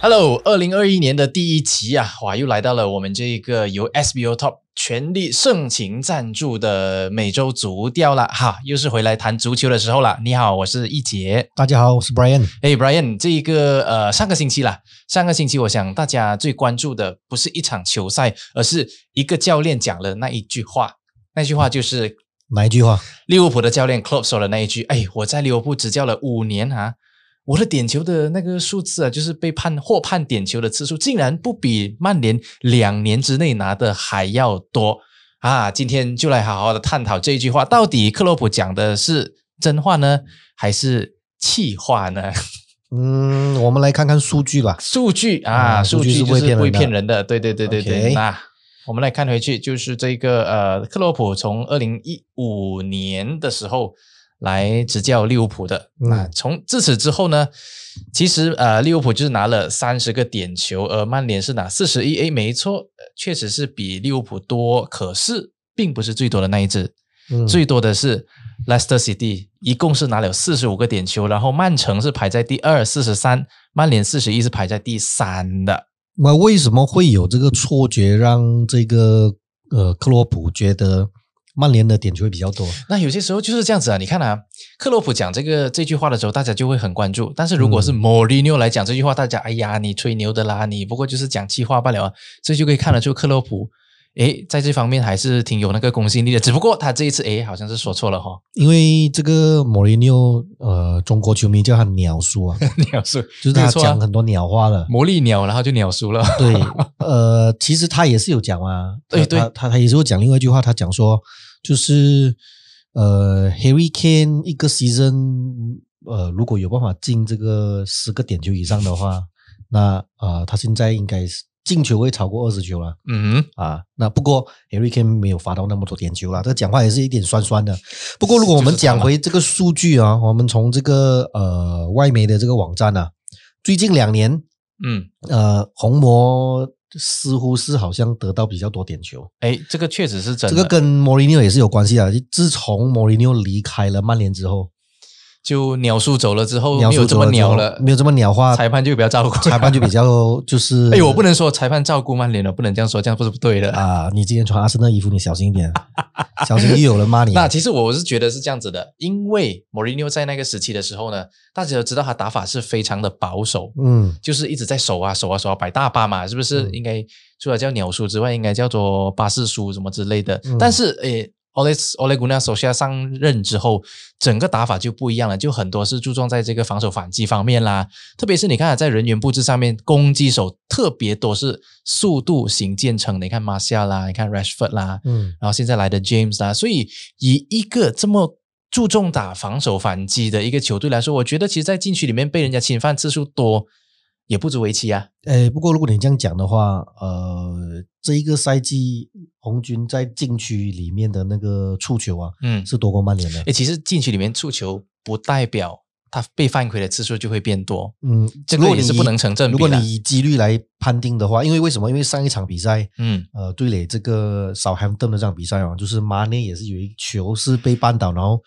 Hello，二零二一年的第一集啊，哇，又来到了我们这个由 SBO Top 全力盛情赞助的每周足调啦，哈，又是回来谈足球的时候啦。你好，我是一杰。大家好，我是 Brian。哎，Brian，这一个呃，上个星期啦，上个星期我想大家最关注的不是一场球赛，而是一个教练讲了那一句话，那句话就是哪一句话？利物浦的教练 Klopp 说的那一句：“哎，我在利物浦执教了五年啊，我的点球的那个数字啊，就是被判获判点球的次数，竟然不比曼联两年之内拿的还要多啊！”今天就来好好的探讨这一句话，到底克洛普讲的是真话呢，还是气话呢？嗯，我们来看看数据吧。数据啊，啊数数据据是就不会是骗不会人的骗人的。对对对对对。 OK 那我们来看回去，就是这个呃，克洛普从二零一五年的时候来执教利物浦的。嗯那从自此之后呢，其实呃，利物浦就是拿了三十个点球，而曼联是拿四十一。哎，没错，呃确实是比利物浦多，可是并不是最多的那一支。嗯，最多的是 Leicester City，一共是拿了四十五个点球，然后曼城是排在第二，四十三，曼联四十一是排在第三的。那为什么会有这个错觉，让这个呃克洛普觉得曼联的点球会比较多？那有些时候就是这样子啊，你看啊，克洛普讲这个这句话的时候，大家就会很关注，但是如果是嗯莫里诺来讲这句话，大家哎呀，你吹牛的啦，你不过就是讲气话罢了啊，这就可以看得出克洛普。诶，在这方面还是挺有那个公信力的，只不过他这一次诶，好像是说错了哈、 哦。因为这个莫里纽，呃，中国球迷叫他鸟叔 啊，鸟叔就是没有他错啊讲很多鸟话的。魔力鸟，然后就鸟叔了。 对，呃，其实他也是有讲啊，他对对他他他也是有讲另外一句话，他讲说就是呃，Harry Kane 一个 season 呃，如果有办法进这个十个点球以上的话，那啊、呃他现在应该是进球会超过二十球了嗯啊。那不过 Harry Kane 没有罚到那么多点球了，这讲话也是一点酸酸的。不过如果我们就是他嘛讲回这个数据啊，我们从这个呃外媒的这个网站啊，最近两年。嗯，呃，红魔似乎是好像得到比较多点球，诶，这个确实是真这的。个跟莫里纽也是有关系的。自从莫里纽离开了曼联之后，就鸟叔走了之后，鸟没有叔这走么了之鸟后了，没有这么鸟化，裁判就比较照顾，裁判就比。较就是，哦 哎，我不能说裁判照顾曼联了，不能这样说，这样不是不对的。啊！你今天穿阿森纳衣服，你小心一 点，小心又有人骂你。那其实我是觉得是这样子的，因为莫里纽在那个时期的时候呢，大家都知道他打法是非常的保守，嗯，就是一直在守啊守啊守啊摆大巴嘛，是不是？嗯应该除了叫鸟叔之外，应该叫做巴士叔什么之类的。嗯但是诶。Ole Ole Gunnar s o s 上任之后，整个打法就不一样了，就很多是注重在这个防守反击方面啦。特别是你看啊，在人员布置上面，攻击手特别多是速度型建成的。你看马夏啦，你看 Rashford 啦，嗯然后现在来的 James 啦，所以以一个这么注重打防守反击的一个球队来说，我觉得其实，在禁区里面被人家侵犯次数多，也不足为奇啊。哎，不过如果你这样讲的话，呃，这一个赛季红军在禁区里面的那个触球啊，嗯，是多过曼联的。诶，其实禁区里面触球不代表他被犯规的次数就会变多。嗯，这如个果也是你不能成正比如果啦你以几率来判定的话，因为为什么？因为上一场比赛，嗯，呃，对垒这个 Southampton 的这场比赛啊，就是马内也是有一球是被扳倒，然后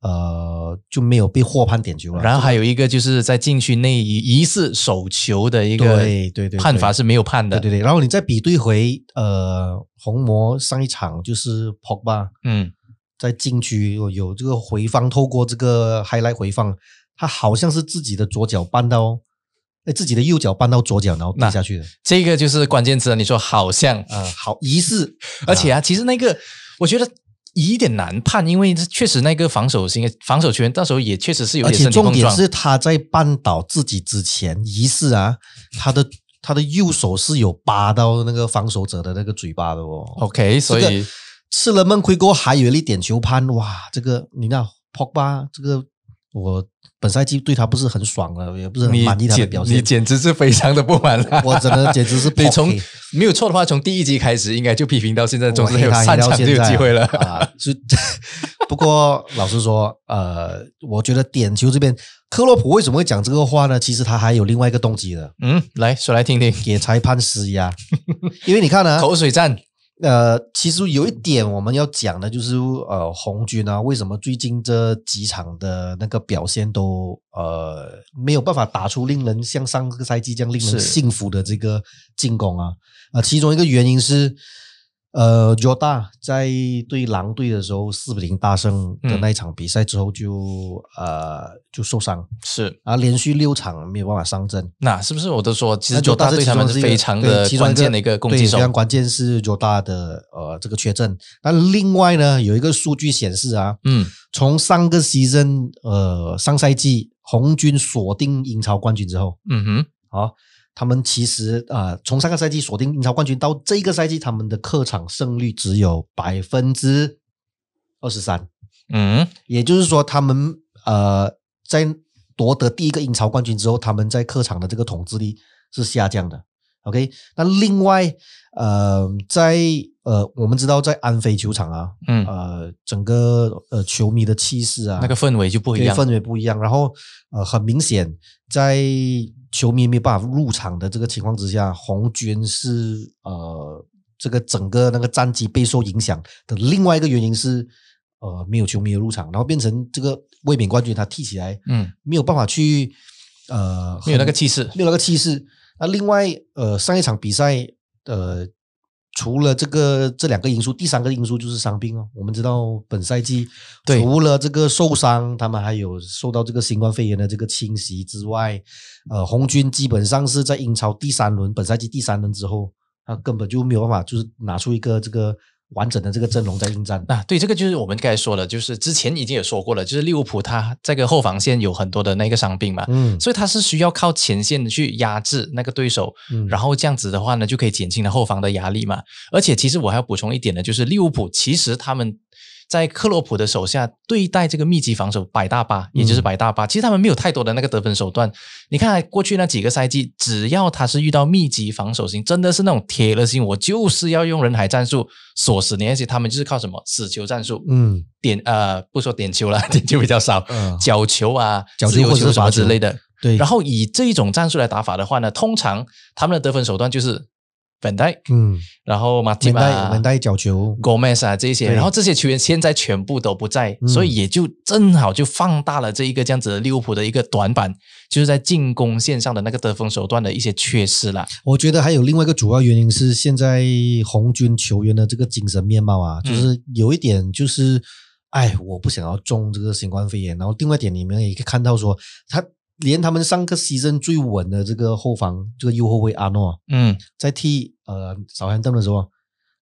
呃就没有被获判点球了。然后还有一个就是在禁区内疑似手球的一个对对对判罚是没有判的。对对对，然后你再比对回呃红魔上一场就是 Pogba 嗯，在禁区有有这个回放，透过这个 highlight 回放，他好像是自己的左脚绊到，哎自己的右脚绊到左脚，然后那踢下去的。这个就是关键词了。你说好像啊、好疑似， 而且啊，其实那个我觉得有点难判，因为这确实那个防守型防守球员到时候也确实是有而点且身体重碰点撞。是他在绊倒自己之前，疑似啊，他的他的右手是有扒到那个防守者的那个嘴巴的哦。 OK，所这以个吃了闷亏过后，还有一粒点球判，哇，这个你那 Pogba 这个我本赛季对他不是很爽了，也不是很你满意他的简表你现。简直是非常的不满啦！我真的简 直是你从 PK 没有错的话，从第一集开始应该就批评到现在，总之我还黑有他三黑到场就现有在机会了。 啊！就 不过老实说，呃，我觉得点球这边，克洛普为什么会讲这个话呢？其实他还有另外一个动机的，嗯，来说来听听， 给裁判施压，因为你看啊，口水战。呃，其实有一点我们要讲的就是，呃，红军啊，为什么最近这几场的那个表现都呃没有办法打出令人像上个赛季这样令是人信服的这个进攻啊？啊、其中一个原因是，呃，Jota 在对狼队的时候四比零大胜的嗯那一场比赛之后就、呃就受伤，是，啊，连续六场没有办法上阵，那是不是我都说，其那实九大是对其他们中是一个非常对的其中关键的一个攻击对手非，常关键是 j o d a 的呃这个缺阵。那另外呢，有一个数据显示啊，嗯，从上个 season 呃上赛季红军锁定英超冠军之后，嗯哼，啊，他们其实啊、呃从上个赛季锁定英超冠军到这个赛季，他们的客场胜率只有百分之二十三，嗯，也就是说，他们呃在夺得第一个英超冠军之后，他们在客场的这个统治力是下降的。OK，那另外呃，在呃我们知道在安菲球场啊，嗯，呃整个呃球迷的气势啊，那个氛围就不一对样，氛围不一样。然后呃，很明显，在球迷没有办法入场的这个情况之下，红军是呃这个整个那个战绩备受影响的另外一个原因是呃没有球迷的入场，然后变成这个卫冕冠军他踢起来嗯，没有办法去呃没有那个很气势，没有那个气势。那另外，呃，上一场比赛，呃，除了这个这两个因素，第三个因素就是伤病哦。我们知道本赛季呃对除了这个受伤，他们还有受到这个新冠肺炎的这个侵袭之外，呃，红军基本上是在英超第三轮，本赛季第三轮之后，他根本就没有办法，就是拿出一个这个完整的这个阵容在应战。啊，对，这个就是我们刚才说的，就是之前已经有说过了，就是利物浦他这个后防线有很多的那个伤病嘛，嗯，所以他是需要靠前线去压制那个对手，嗯然后这样子的话呢，就可以减轻了后防的压力嘛。而且其实我还要补充一点呢，就是利物浦其实他们在克洛普的手下对待这个密集防守百大巴，也嗯就是百大巴，其实他们没有太多的那个得分手段。你看啊过去那几个赛季，只要他是遇到密集防守型，真的是那种铁了心，我就是要用人海战术锁死你，而且他们就是靠什么死球战术，嗯点呃不说点球了， 点球比较少，嗯角球啊、角球自由或者是什么罚之球类的。对，然后以这一种战术来打法的话呢，通常他们的得分手段就是本代，嗯，然后马蒂门巴、带门带角球， Gomez 啊这些，对然后这些球员现在全部都不在，嗯所以也就正好就放大了这一个这样子的利物浦的一个短板，就是在进攻线上的那个得分手段的一些缺失啦。我觉得还有另外一个主要原因是，现在红军球员的这个精神面貌啊，嗯就是有一点就是，哎，我不想要中这个新冠肺炎。然后另外一点，你们也可以看到说，他连他们上个 season 最稳的这个后防这个右后卫阿诺，啊嗯在踢呃扫汉登的时候啊，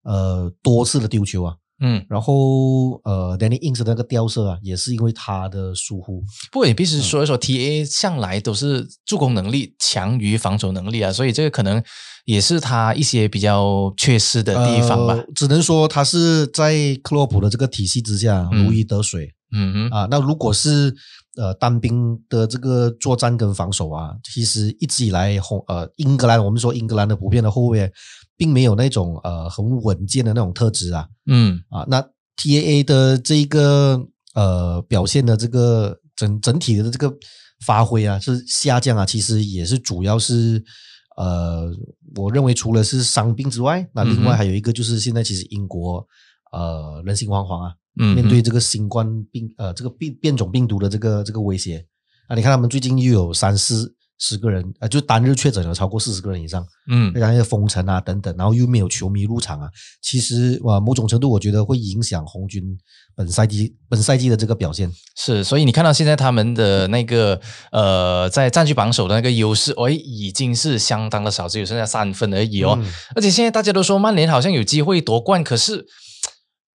呃多次的丢球啊，嗯，然后呃 Danny Ings 的那个吊射啊，也是因为他的疏忽。不过也必须说一说，TA 向来都是助攻能力强于防守能力啊，所以这个可能也是他一些比较缺失的地方吧呃。只能说他是在克洛普的这个体系之下嗯如鱼得水。嗯哼，啊，那如果是呃单兵的这个作战跟防守啊，其实一直以来红呃英格兰，我们说英格兰的普遍的后卫，并没有那种呃很稳健的那种特质啊嗯啊，那 T A A 的这一个呃表现的这个整整体的这个发挥啊是下降啊，其实也是主要是。呃，我认为除了是伤病之外，那另嗯哼外还有一个就是现在其实英国呃人心惶惶啊，嗯，面对这个新冠病呃这个变变种病毒的这个这个威胁啊，你看他们最近又有三四十个人啊、呃就单日确诊有超过四十个人以上，嗯然后封城啊等等，然后又没有球迷入场啊，其实啊、呃某种程度我觉得会影响红军本赛季本赛季的这个表现。是，所以你看到现在他们的那个呃，在占据榜首的那个优势，哎，已经是相当的少，只有剩下三分而已哦。嗯而且现在大家都说曼联好像有机会夺冠，可是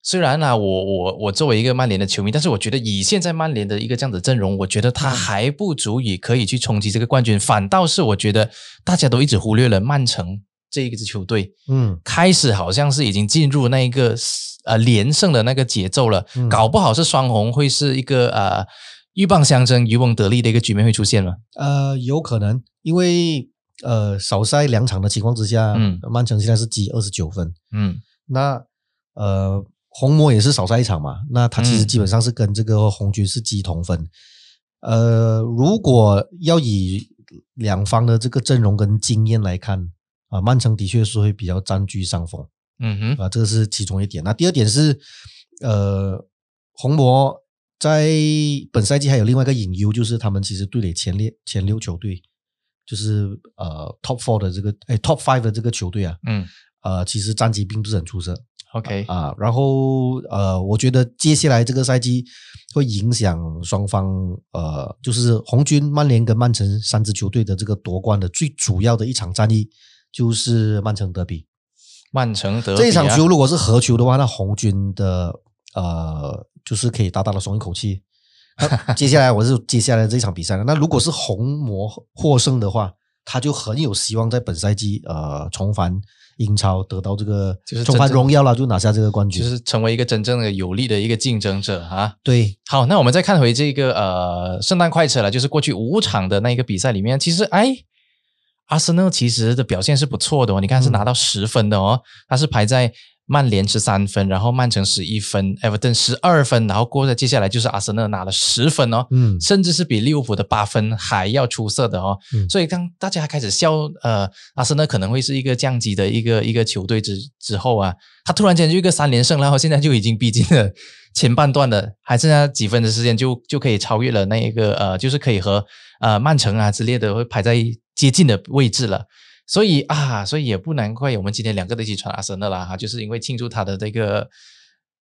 虽然啊，我我我作为一个曼联的球迷，但是我觉得以现在曼联的一个这样的阵容，我觉得他还不足以可以去冲击这个冠军，反倒是我觉得大家都一直忽略了曼城这一支球队，嗯，开始好像是已经进入那一个呃连胜的那个节奏了，嗯搞不好是双红会是一个呃鹬蚌相争、渔翁得利的一个局面会出现了。呃，有可能因为呃少赛两场的情况之下，嗯曼城现在是积二十九分，嗯那呃，红魔也是少赛一场嘛，那他其实嗯基本上是跟这个红军是鸡同分。呃，如果要以两方的这个阵容跟经验来看啊，曼城的确是会比较占据上风嗯哼，啊，这个是其中一点。那第二点是，呃，红魔在本赛季还有另外一个隐忧，就是他们其实队里前列前六球队，就是呃 top four 的这个哎 top five 的这个球队啊，嗯呃，其实战绩并不是很出色，OK， 啊。然后呃，我觉得接下来这个赛季会影响双方呃，就是红军、曼联跟曼城三支球队的这个夺冠的最主要的一场战役，就是曼城德比。曼城德比啊这一场球如果是和球的话，那红军的呃，就是可以大大的松一口气。 那接下来我是接下来这一场比赛了。那如果是红魔获胜的话，他就很有希望在本赛季呃重返英超，得到这个就是重返真正荣耀了，就拿下这个冠军。就是成为一个真正的有力的一个竞争者啊。对，好，那我们再看回这个呃圣诞快车了，就是过去五场的那个比赛里面，其实哎，阿森纳其实的表现是不错的哦，你看是拿到十分的哦，他是排在曼联十三分，然后曼城十一分，Everton 十二分，然后过着接下来就是阿森纳拿了十分哦。嗯，甚至是比利物浦的八分还要出色的哦。嗯所以当大家开始笑呃阿森纳可能会是一个降级的一个一个球队之之后啊，他突然间就一个三连胜，然后现在就已经逼近了前半段了，还剩下几分的时间就就可以超越了那一个呃，就是可以和呃曼城啊之类的会排在接近的位置了。所以啊，所以也不难怪我们今天两个都一起穿阿森纳啦哈，就是因为庆祝他的这个，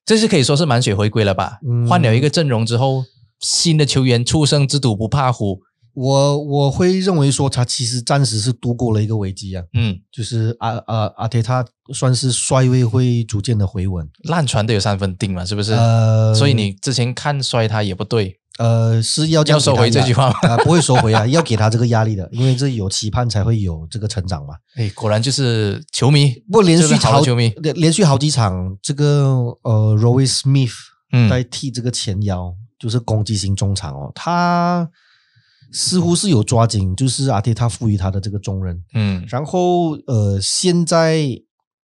这是可以说是满血回归了吧？嗯换了一个阵容之后，新的球员初生之犊不怕虎，我我会认为说他其实暂时是度过了一个危机啊，嗯，就是阿阿阿铁他算是衰微会逐渐的回稳。烂船都有三分钉嘛，是不是？呃，所以你之前看衰他也不对，呃，是要这要样给收他回这压句话吗？啊、不会收回啊，要给他这个压力的，因为这有期盼才会有这个成长嘛。哎，果然就是球迷，不过连就是续好好的球迷，连连续好几场，这个呃 r o y Smith 嗯代替这个前腰，就是攻击型中场哦，他似乎是有抓紧，就是阿铁他赋予他的这个重任。嗯然后呃，现在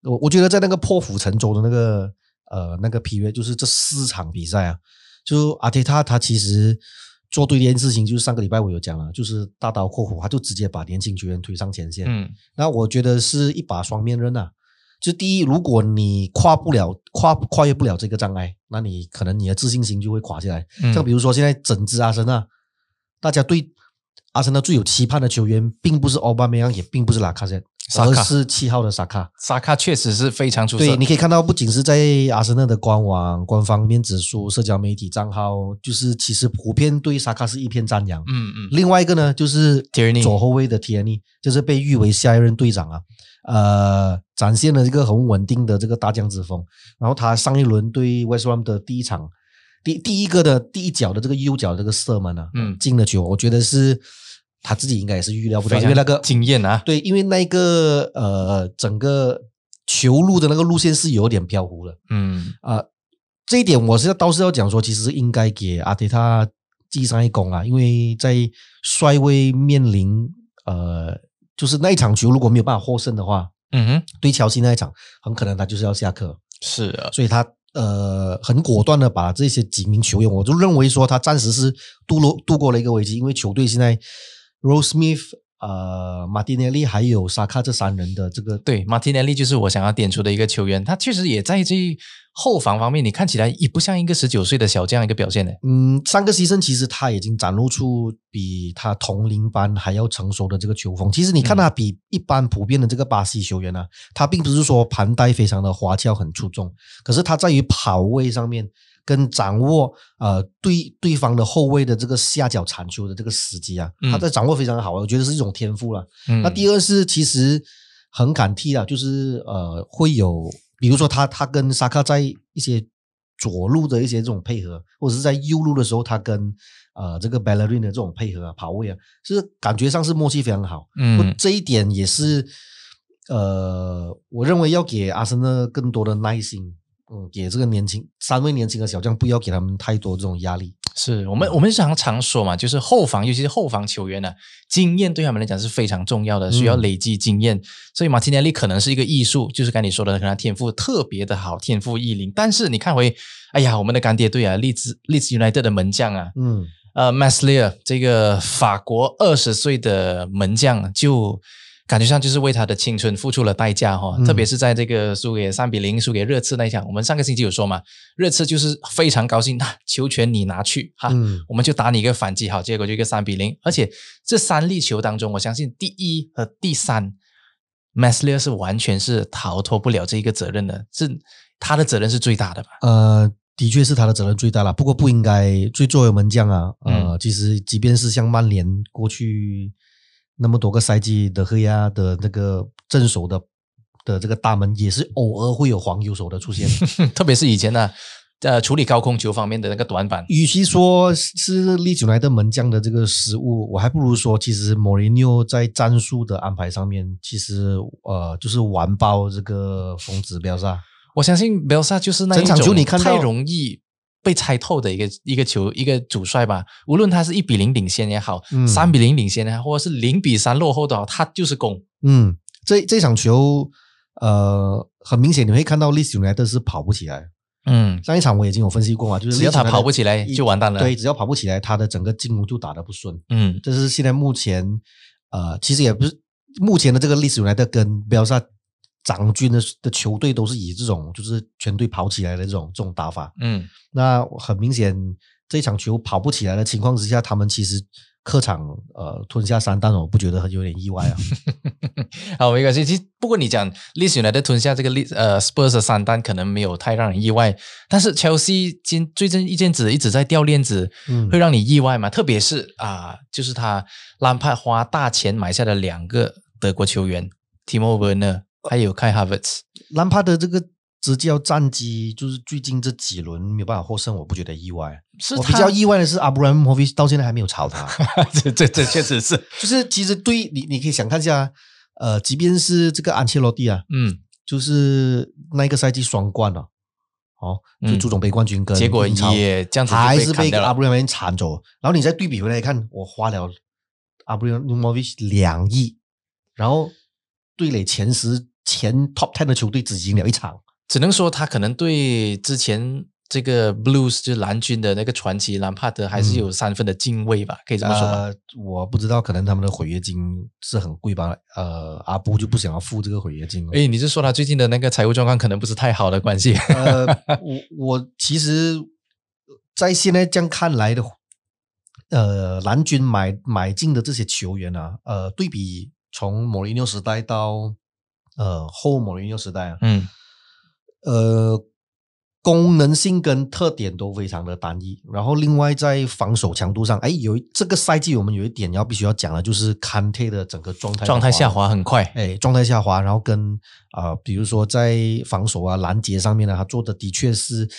我我觉得在那个破釜沉舟的那个呃那个 period，就是这四场比赛啊，就阿铁他他其实做对的一件事情，就是上个礼拜我有讲了，就是大刀阔斧，他就直接把年轻球员推上前线。嗯那我觉得是一把双面刃啊。就第一，如果你跨不了、跨跨越不了这个障碍，那你可能你的自信心就会垮下来。嗯，像比如说现在整支阿森纳，大家对阿森纳最有期盼的球员，并不是奥巴梅扬，也并不是拉卡泽，萨而卡是七号的萨卡。萨卡确实是非常出色，对，你可以看到，不仅是在阿森纳的官网、官方面指数、社交媒体账号，就是其实普遍对萨卡是一片赞扬。嗯嗯另外一个呢，就是 Tierney 左后卫的 Tierney，就是被誉为下一任队长啊，呃，展现了这个很稳定的这个大将之风。然后他上一轮对 West Ham 的第一场，第第一个的第一脚的这个右脚的这个射门啊，嗯进了球，我觉得是他自己应该也是预料不到，因为那个经验啊，对，因为那个呃整个球路的那个路线是有点飘忽了。嗯啊、这一点我是要倒是要讲说，其实是应该给阿迪他记上一功啊，因为在帅位面临呃，就是那一场球如果没有办法获胜的话，嗯哼，对乔西那一场，很可能他就是要下课，是啊，所以他。呃，很果断的把这些几名球员，我就认为说他暂时是度过度过了一个危机，因为球队现在 Rose Smith、呃、马丁内利还有沙卡这三人的这个对，马丁内利就是我想要点出的一个球员，他确实也在这后防方面，你看起来也不像一个十九岁的小将一个表现呢。嗯，三个牺牲其实他已经展露出比他同龄班还要成熟的这个球风。其实你看他比一般普遍的这个巴西球员呢、他并不是说盘带非常的花俏很出众，可是他在于跑位上面跟掌握呃对对方的后卫的这个下脚铲球的这个时机啊，嗯他在掌握非常好啊，我觉得是一种天赋了。嗯，那第二是其实很感替啊，就是呃会有，比如说他他跟沙卡在一些左路的一些这种配合，或者是在右路的时候，他跟呃这个 Ballerin 的这种配合啊、跑位啊，是感觉上是默契非常好。不嗯这一点也是呃，我认为要给阿森纳更多的耐心。嗯，给这个年轻三位年轻的小将，不要给他们太多这种压力。是嗯我们我们常常说嘛，就是后防，尤其是后防球员呢、经验对他们来讲是非常重要的，需要嗯累积经验。所以马丁内利可能是一个艺术，就是刚才你说的，可能他天赋特别的好，天赋异禀。但是你看回，哎呀，我们的干爹队啊，利兹利兹 United 的门将啊，嗯，呃 m a s l e r 这个法国二十岁的门将就感觉上就是为他的青春付出了代价哈、嗯特别是在这个输给三比零、输给热刺那一场，我们上个星期有说嘛，热刺就是非常高兴，那、球权你拿去哈。嗯我们就打你一个反击，好，结果就一个三比零。而且这三粒球当中，我相信第一和第三 m a s l e r 是完全是逃脱不了这一个责任的，是他的责任是最大的吧？呃，的确是他的责任最大了。不过不应该，最作为门将啊，呃，其实即便是像曼联过去那么多个赛季的黑亚的那个正手的的这个大门，也是偶尔会有黄油手的出现。 特别是以前呢，呃，处理高空球方面的那个短板，与其说是利久莱的门将的这个失误，我还不如说，其实莫里纽在战术的安排上面，其实呃，就是完爆这个疯子标萨。我相信 b e l s a 就是那一整场球种你看到太容易被猜透的一个一个球一个主帅吧，无论他是一比零领先也好，嗯三、比零领先也好，或者是零比三落后的好，他就是攻。嗯，这这场球，呃，很明显你会看到利久莱特是跑不起来。嗯，上一场我已经有分析过嘛，就是只要他 Leeds United 跑不起来就完蛋了对，只要跑不起来，他的整个进攻就打得不顺。嗯这是现在目前，呃，其实也不是目前的这个利史来的跟标萨掌军的的球队都是以这种就是全队跑起来的这种这种打法。嗯那很明显，这场球跑不起来的情况之下，他们其实客场呃吞下三蛋，我不觉得很有点意 外啊。好，没关系。其实不过你讲利史来的吞下这个利呃 Spurs 的三单，可能没有太让人意外。但是 Chelsea 今最近一阵子一直在掉链子，嗯会让你意外吗？特别是啊、就是他兰帕花大钱买下的两个德国球员 Timo Werner 还有 Kai Havertz。兰帕德这个执教战绩，就是最近这几轮没有办法获胜，我不觉得意外。是我他比较意外的是，阿布拉莫维奇到现在还没有炒他。 这这这确实 是，就是其实对你，你可以想看一下，呃，即便是这个安切洛蒂啊，嗯，就是那一个赛季双冠了、哦，就嗯足总杯冠军跟结果英超也这样子就还被是砍被掉了阿布拉莫维奇铲走。然后你再对比回来看，我花了阿布拉莫维奇两亿，然后对垒前十前 top ten 的球队只赢了一场。只能说他可能对之前这个 Blues 就是蓝军的那个传奇兰帕德还是有三分的敬畏吧，可以这么说吧。呃，我不知道，可能他们的毁约金是很贵吧？呃，阿布就不想要付这个毁约金了。哎，你是说他最近的那个财务状况可能不是太好的关系？呃，我我 其实，在现在这样看来的，呃，蓝军买买进的这些球员啊，呃，对比从莫里纽时代到呃后莫里纽时代啊， 嗯呃，功能性跟特点都非常的单一。然后另外在防守强度上，哎，有一这个赛季我们有一点要必须要讲的，就是坎特的整个状态状态下滑。滑很快。哎，状态下滑，然后跟啊、呃比如说在防守啊、拦截上面呢、他做的的确是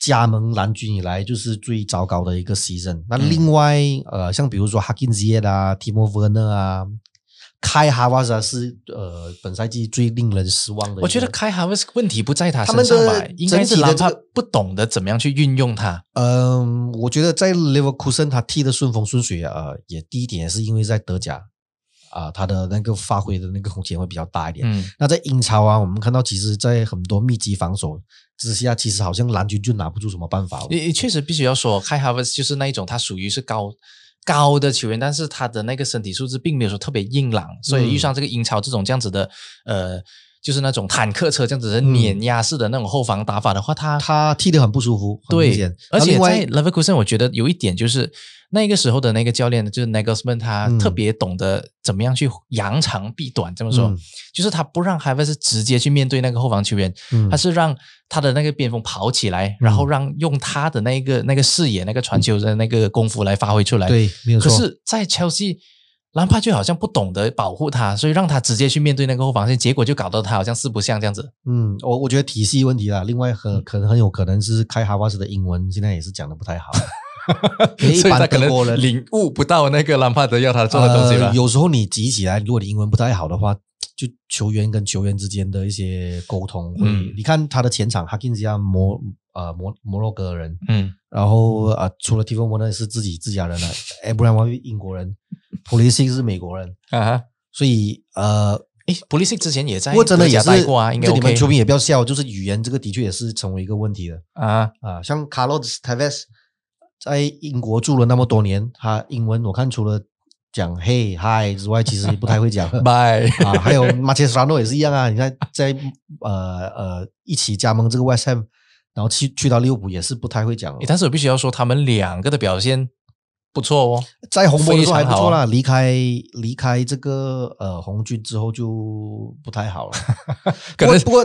加盟蓝军以来就是最糟糕的一个 season。那嗯另外、呃，像比如说 Hakim Ziyech 啊、Timo Werner 啊、开哈瓦萨是呃本赛季最令人失望的一个。我觉得开 Harvest 问题不在他他身们上的吧，应该是整体的兰这帕个不懂得怎么样去运用它。嗯、我觉得在 Leverkusen 他踢的顺风顺水啊、呃也第一点也是因为在德甲啊、他的那个发挥的那个空间会比较大一点。嗯那在英超啊，我们看到其实，在很多密集防守之下，其实好像蓝军就拿不出什么办法了。也也确实必须要说，开 Harvest 就是那一种，他属于是高高的球员，但是他的那个身体素质并没有说特别硬朗，所嗯以遇上这个英超这种这样子的，呃，就是那种坦克车这样子的嗯碾压式的那种后防打法的话，他他踢得很不舒服，很明对显，而那且另在外 Leverkusen 我觉得有一点就是。那个时候的那个教练就是 Nagelsmann，他嗯特别懂得怎么样去扬长避短，这么说，嗯就是他不让 Harvest 直接去面对那个后防球员，嗯他是让他的那个边锋跑起来，然后让用他的那个那个视野、那个传球的那个功夫来发挥出来。，对，没有可错。是，在 Chelsea，兰帕就好像不懂得保护他，所以让他直接去面对那个后防线，结果就搞到他好像四不像这样 子。嗯，我我觉得体系问题啦，另外嗯很可能很有可能是开哈瓦斯的英文现在也是讲的不太好，因为一所以他般可德国能人领悟不到那个兰帕德要他 做的东西吧。呃有时候你急起来，如果你英文不太好的话，就球员跟球员之间的一些沟通会，嗯你看他的前场哈金斯亚摩呃摩摩洛哥人，嗯，然后啊、除了 t i f o 呢是自己自家人了 a b r a m 英国人 p o l i s i 是美国人，啊哈，所以呃，诶，普利西之前也在不过真的德也甲是待过啊，应该这你 OK 们球迷也不要笑，就是语言这个的确也是成为一个问题的啊。啊、像 Carlos Tevez 在英国住了那么多年，他英文我看除了讲嘿嗨之外，其实不太 会讲拜啊。还有马切斯拉诺也是一样啊，你看在呃呃一起加盟这个 West Ham，然后去去到利物浦也是不太会讲。诶但是我必须要说，他们两个的表现不错哦。在红魔的时候还不错非常好啊啦，离开离开这个呃红军之后就不 太好了。可不能过不过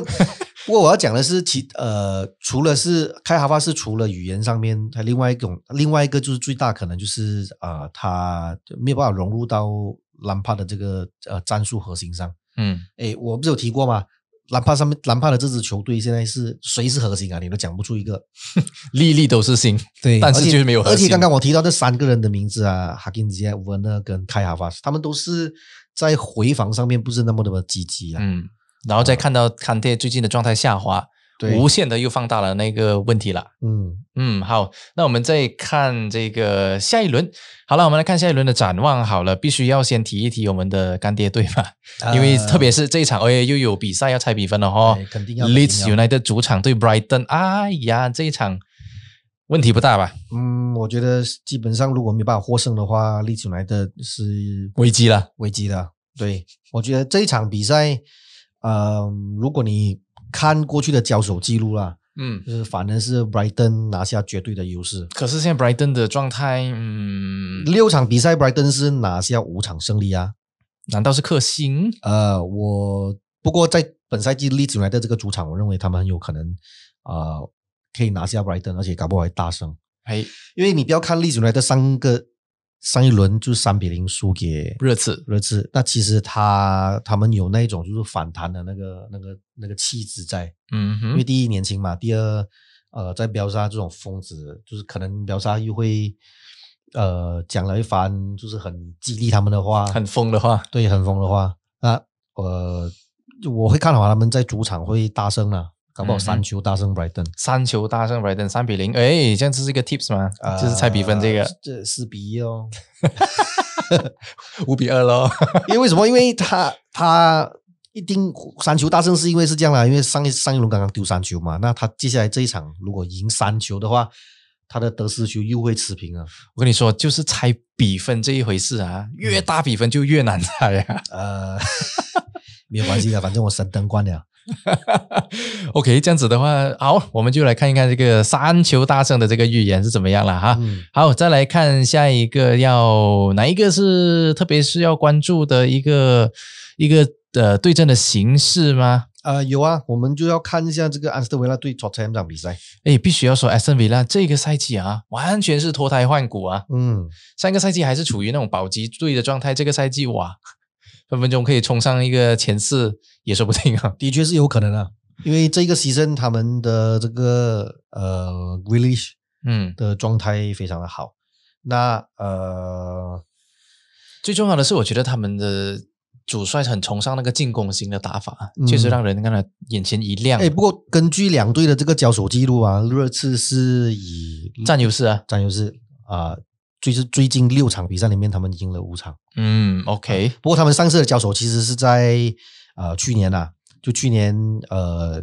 不过我要讲的是其呃，除了是开哈发是除了语言上面，它另外一种另外一个就是最大可能就是啊、呃，他没有办法融入到兰帕的这个呃战术核心上。嗯，诶，我不是有提过吗？兰帕上面兰帕的这支球队现在是谁是核心啊？你都讲不出一个。 粒粒都是星，对但而是且就是没有核而且心刚刚我提到这三个人的名字啊，哈金吉、乌文勒跟开哈发斯，他们都是在回防上面不是那么的积极啊。嗯，然后再看到坎特最近的状态下滑，对无限的又放大了那个问题了。嗯，嗯，好，那我们再看这个下一轮。好了，我们来看下一轮的展望。好了，必须要先提一提我们的干爹队嘛， 因为呃特别是这一场，哎，又有比赛要猜比分了哈、哦对。哎肯定要 Leeds 肯定要 United 主场对 Brighton，哎呀，这一场问题不大吧？嗯，我觉得基本上如果没办法获胜的话，利兹来的是危机了，危机的。对，我觉得这一场比赛，呃，如果你看过去的交手记录啦，嗯。就是反正是 Brighton 拿下绝对的优势。可是现在 Brighton 的状态，嗯，六场比赛，Brighton 是拿下五场胜利啊。难道是克星？呃，我不过在本赛季利兹来的这个主场，我认为他们很有可能啊、呃可以拿下 Brighton，而且搞不好还大胜。哎，因为你不要看利兹来的上个上一轮就三比零输给热刺，热刺，那其实他他们有那一种就是反弹的那个那个那个气质在，嗯因为哼，第一年轻嘛，第二呃在标沙这种疯子，就是可能标沙又会呃讲了一番就是很激励他们的话，很疯的话，对很疯的话，那呃我会看好啊他们在主场会大胜了，搞不好嗯哼三球大胜 Brighton。三球大胜 Brighton 三比零，哎，这样这是一个 tips 吗？嗯啊就是猜比分这个呃这四比一哦，五比二喽。因为为什么？因为他他一定三球大胜，是因为是这样啦。因为上一上一轮刚刚丢三球嘛，那他接下来这一场如果赢三球的话，他的得失球又会持平啊。我跟你说，就是猜比分这一回事啊，越大比分就越难猜啊。 呃，没有关系的，啊反正我神灯关了。 OK，这样子的话，好，我们就来看一看这个三球大胜的这个预言是怎么样了哈。嗯，好，再来看下一个要哪一个是特别是要关注的一个一个呃对阵的形式吗？呃，有啊，我们就要看一下这个安斯特维拉对 Tottenham 这场比赛。哎，必须要说 s t o n Villa 这个赛季啊，完全是脱胎换骨啊。嗯，上个赛季还是处于那种保级队的状态，这个赛季哇， 分分钟可以冲上一个前四也说不定啊。 的确是有可能啊，因为这个 season 他们的这个呃 r e l e a s e 嗯，的状态非常的好。那呃，最重要的是，我觉得他们的主帅很崇尚那个进攻型的打法，嗯确实让人看了眼前一亮。哎，不过根据两队的这个交手记录啊，热刺是以占优势啊，占优势啊，最是最近六场比赛里面他们赢了五场。嗯，OK，不过他们上次的交手其实是在呃去年啊，就去年呃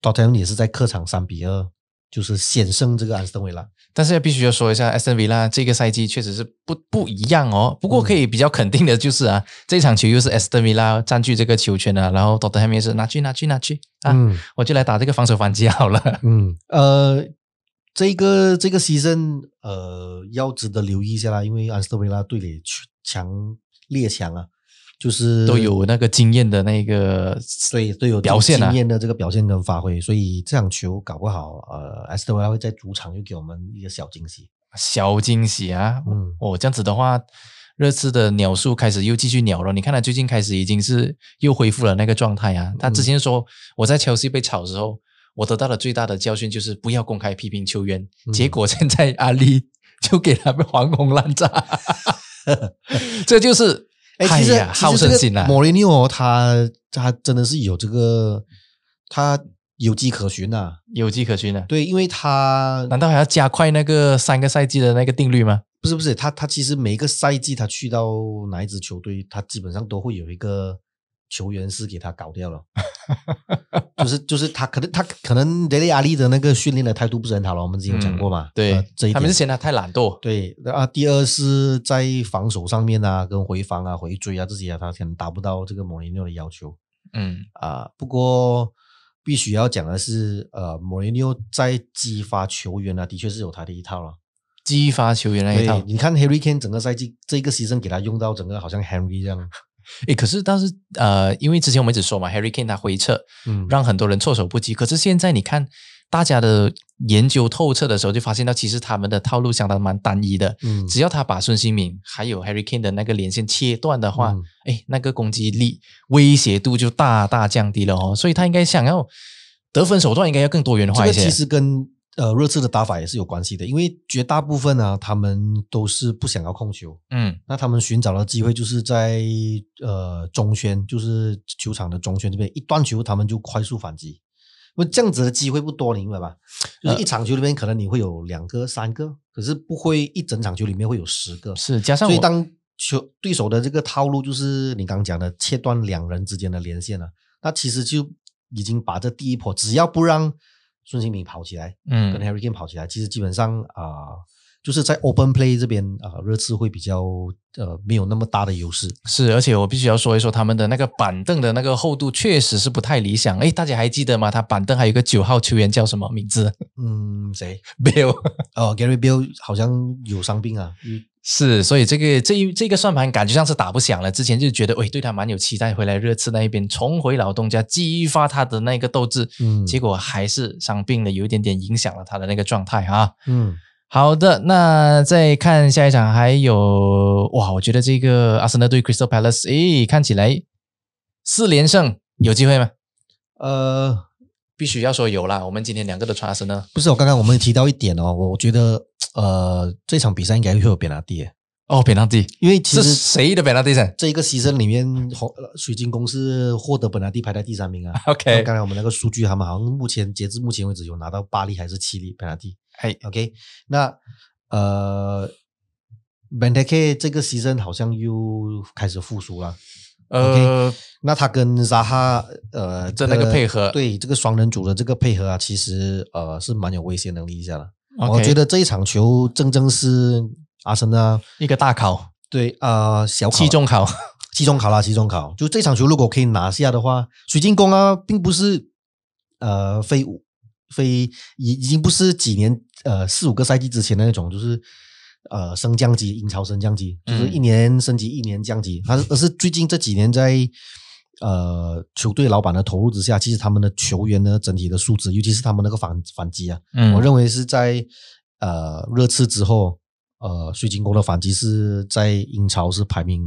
d o t t e n 也是在客场三比二，就是险胜这个安斯顿维拉。但是必须要说一下 s n v 啦，这个赛季确实是不不一样哦。不过可嗯以比较肯定的就是啊，这场球又是 s n v 啦占据这个球权啊，然后 d o t t e r h a 是拿去拿去拿去啊，嗯我就来打这个防守反击好了。嗯，呃，这个这个 season 呃要值得留意一下啦，因为安斯顿维拉队里强列强啊，就是都有那个经验的那个对都有表现啊经验的这个表现跟发挥，所以这场球搞不好，呃，埃斯特维拉会在主场又给我们一个小惊喜。小惊喜啊！嗯，哦，这样子的话，热刺的鸟数开始又继续鸟了。你看他最近开始已经是又恢复了那个状态嗯啊。他之前说我在切尔西被炒的时候，我得到的最大的教训就是不要公开批评球员。嗯结果现在阿里就给他们黄红烂炸，这就是 哎，其实、哎呀好其实胜这心个啊！莫雷尼奥他他真的是有这个，他有迹可循呐、啊。有迹可循啊。对，因为他难道还要加快那个三个赛季的那个定律吗？不是不是他他其实每个赛季他去到哪一支球队，他基本上都会有一个球员是给他搞掉了，就是就是他可能他可能雷雷阿利的那个训练的态度不是很好了，我们之前有讲过嘛，嗯对，呃这一点他们是嫌他太懒惰，对啊，第二是在防守上面啊，跟回防啊、回追啊这些啊，他可能达不到这个莫雷诺的要求嗯啊。不过必须要讲的是，呃，莫雷诺在激发球员啊，的确是有他的一套了。激发球员那一套对，。你看 Harry Kane 整个赛季这个牺牲给他用到整个好像 Henry 这样，诶，可是但是呃，因为之前我们一直说嘛，Harry Kane 他回撤嗯，让很多人措手不及，可是现在你看大家的研究透彻的时候，就发现到其实他们的套路相当蛮单一的。嗯只要他把孙兴敏还有 Harry Kane 的那个连线切断的话，嗯哎，那个攻击力威胁度就大大降低了哦。所以他应该想要得分手段应该要更多元这化个一些。其实跟呃热刺的打法也是有关系的，因为绝大部分啊，他们都是不想要控球，嗯那他们寻找的机会就是在呃中圈，就是球场的中圈这边，一断球他们就快速反击。因为这样子的机会不多，你明白吧？呃就是一场球里面可能你会有两个、三个，可是不会一整场球里面会有十个。是加上所以我当球对手的这个套路就是你刚刚讲的切断两人之间的连线了，那其实就已经把这第一波，只要不让孙兴民跑起来，跟嗯 Harry Kane 跑起来，其实基本上啊、就是在 Open Play 这边啊、热刺会比较呃没有那么大的优势。是，而且我必须要说一说他们的那个板凳的那个厚度确实是不太理想。哎，大家还记得吗？他板凳还有一个九号球员叫什么名字 嗯，谁？ ？Bill。哦，Gary Bill 好像有伤病啊，嗯是，所以这个这一这个算盘感觉上是打不响了。之前就觉得，喂，对他蛮有期待，回来热刺那一边重回老东家，激发他的那个斗志。嗯结果还是伤病了，有一点点影响了他的那个状态啊。嗯好的，那再看下一场，还有哇，我觉得这个阿森纳对 Crystal Palace，诶，看起来四连胜有机会吗？呃，必须要说有啦，我们今天两个都穿阿森纳。不是哦，刚刚我们提到一点哦，我觉得呃这场比赛应该会有扁拉蒂耶，哦，本拉蒂因为其是实谁的本拉蒂神这一个牺牲里面，红呃水晶宫是获得本来地排在第三名啊。然后 ？OK，刚才我们那个数据，他们好像目前截至目前为止有拿到八粒还是七粒本来地。嘿，哎 OK，那呃 b e n t e k 这个牺牲好像又开始复苏了。呃，那他跟扎哈呃这那个配合对这个双人组的这个配合啊，其实呃是蛮有威胁能力一下的。我 OK 觉得这一场球正正是阿森纳一个大考，对啊、呃小考期中考。期中考啦，期中考。就这场球如果可以拿下的话，水晶宫啊，并不是呃非五非已已经不是几年呃四五个赛季之前的那种，就是呃升降级英超升降级，就是嗯一年升级一年降级，它是而呃是最近这几年在。呃，球队老板的投入之下，其实他们的球员呢整体的素质，尤其是他们那个反反击啊，嗯我认为是在呃热刺之后，呃水晶宫的反击是呃在英超是排名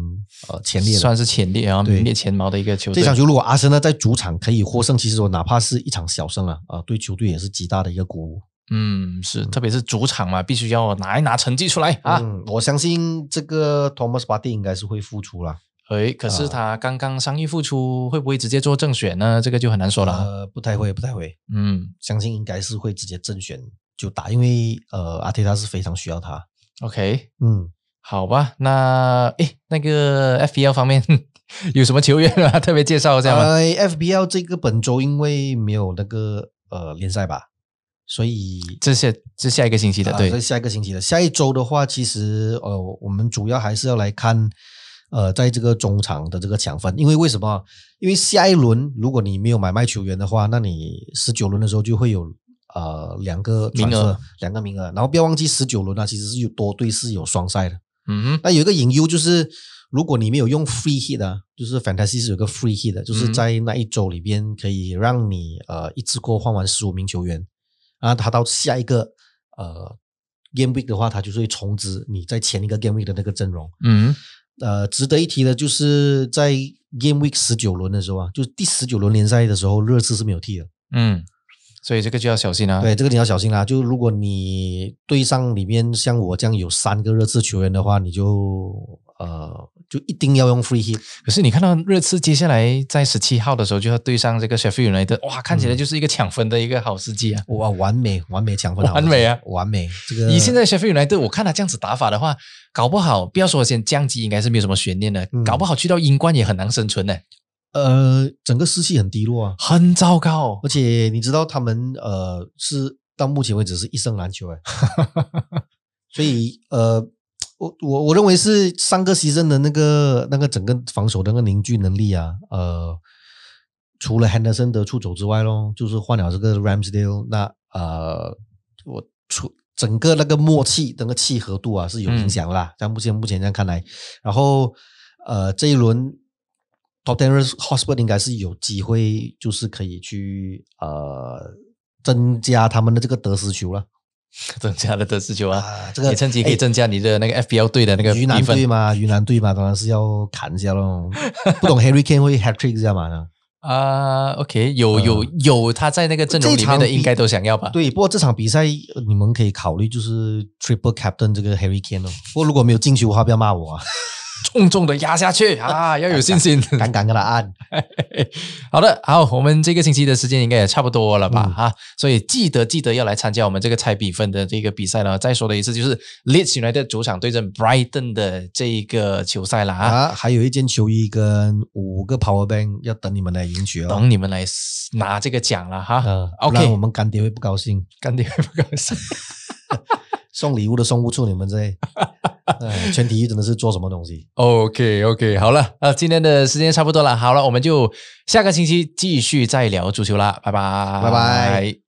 呃前列的。算是前列啊，对名列前茅的一个球队。这场球如果阿森纳在主场可以获胜，其实我哪怕是一场小胜啊，啊、对球队也是极大的一个鼓舞嗯，是，特别是主场嘛，必须要拿一拿成绩出来啊。嗯，我相信这个 Thomas Partey 应该是会复出了，诶，可是他刚刚伤愈复出，会不会直接做正选呢？这个就很难说了啊。呃，不太会，不太会，嗯相信应该是会直接正选就打，因为呃阿泰他是非常需要他， ，OK，嗯，好吧，那诶，那个 FPL 方面 哼有什么球员啊？ 特别介绍这样吗？呃，FBL 这个本周因为没有那个呃联赛吧，所以这下这下一个星期的，啊对在，下一个星期的下一周的话，其实呃，我们主要还是要来看呃，在这个中场的这个抢分，因为为什么？因为下一轮如果你没有买卖球员的话，那你十九轮的时候就会有呃两个名额转色，两个名额，然后不要忘记十九轮啊，其实是有多队是有双赛的。嗯哼，那有一个隐忧就是，如果你没有用 free hit 啊，就是 fantasy 是有个 free hit 的，就是嗯在那一周里边可以让你呃一次过换完十五名球员，然后他到下一个呃 game week 的话，他就是会重置你在前一个 game week 的那个阵容。嗯，呃，值得一提的就是在 game week 十九轮的时候啊，就是第十九轮联赛的时候，热刺是没有踢的。嗯，所以这个就要小心啊。对，这个你要小心啦。就如果你对上里面像我这样有三个热刺球员的话，你就呃就一定要用 free hit。可是你看到热刺接下来在十七号的时候就要对上这个 Sheffield United，哇，看起嗯来就是一个抢分的一个好时机啊。哇，完美，完美抢分， 完美啊完美！这个以现在 Sheffield United，我看他这样子打法的话，搞不好不要说先降级，应该是没有什么悬念的，嗯搞不好去到英冠也很难生存呢。呃，整个士气很低落啊。很糟糕 而。且你知道他们呃是到目前为止是一生难求 哎，所以呃我我我认为是上个牺牲的那个那个整个防守的那个凝聚能力啊，呃，除了 Henderson 的出走之外咯，就是换了这个 Ramsdale，那呃我出。整个那个默契、那个契合度啊，是有嗯影响啦。在、目前目前这样看来，然后呃，这一轮 Top Ten Hotspur 应该是有机会，就是可以去呃增加他们的这个得失球了增加了得失球啊，啊。这也个趁机可以哎增加你的那个 FBL 队的那个云比南队分嘛，云南队嘛，当然是要砍一下喽。 不懂 Harry Kane 会 hat trick 一下嘛？啊。OK，有有有，他在那个阵容这里面场的比应该都想要吧？对，不过这场比赛呃你们可以考虑就是 triple captain 这个 Harry Kane 哦。不过如果没有进球的话，不要骂我 啊，重重的压下去啊，要有信心。敢敢跟他按。好的，好，我们这个星期的时间应该也差不多了吧？嗯哈、所以记得记得要来参加我们这个猜比分的这个比赛了。再说的一次，就是 Leeds United 主场对阵 Brighton 的这一个球赛了啊，啊，还有一件球衣跟五个 power bank 要等你们来赢取哦。等你们来拿这个奖了哈。呃，不啊 OK 然我们干爹会不高兴。干爹会不高 兴。送礼物的送不出你 们这，哎，全体育真的是做什么东西？ OK OK，好了，那今天的时间差不多了，好了，我们就下个星期继续再聊足球啦，拜拜，拜拜。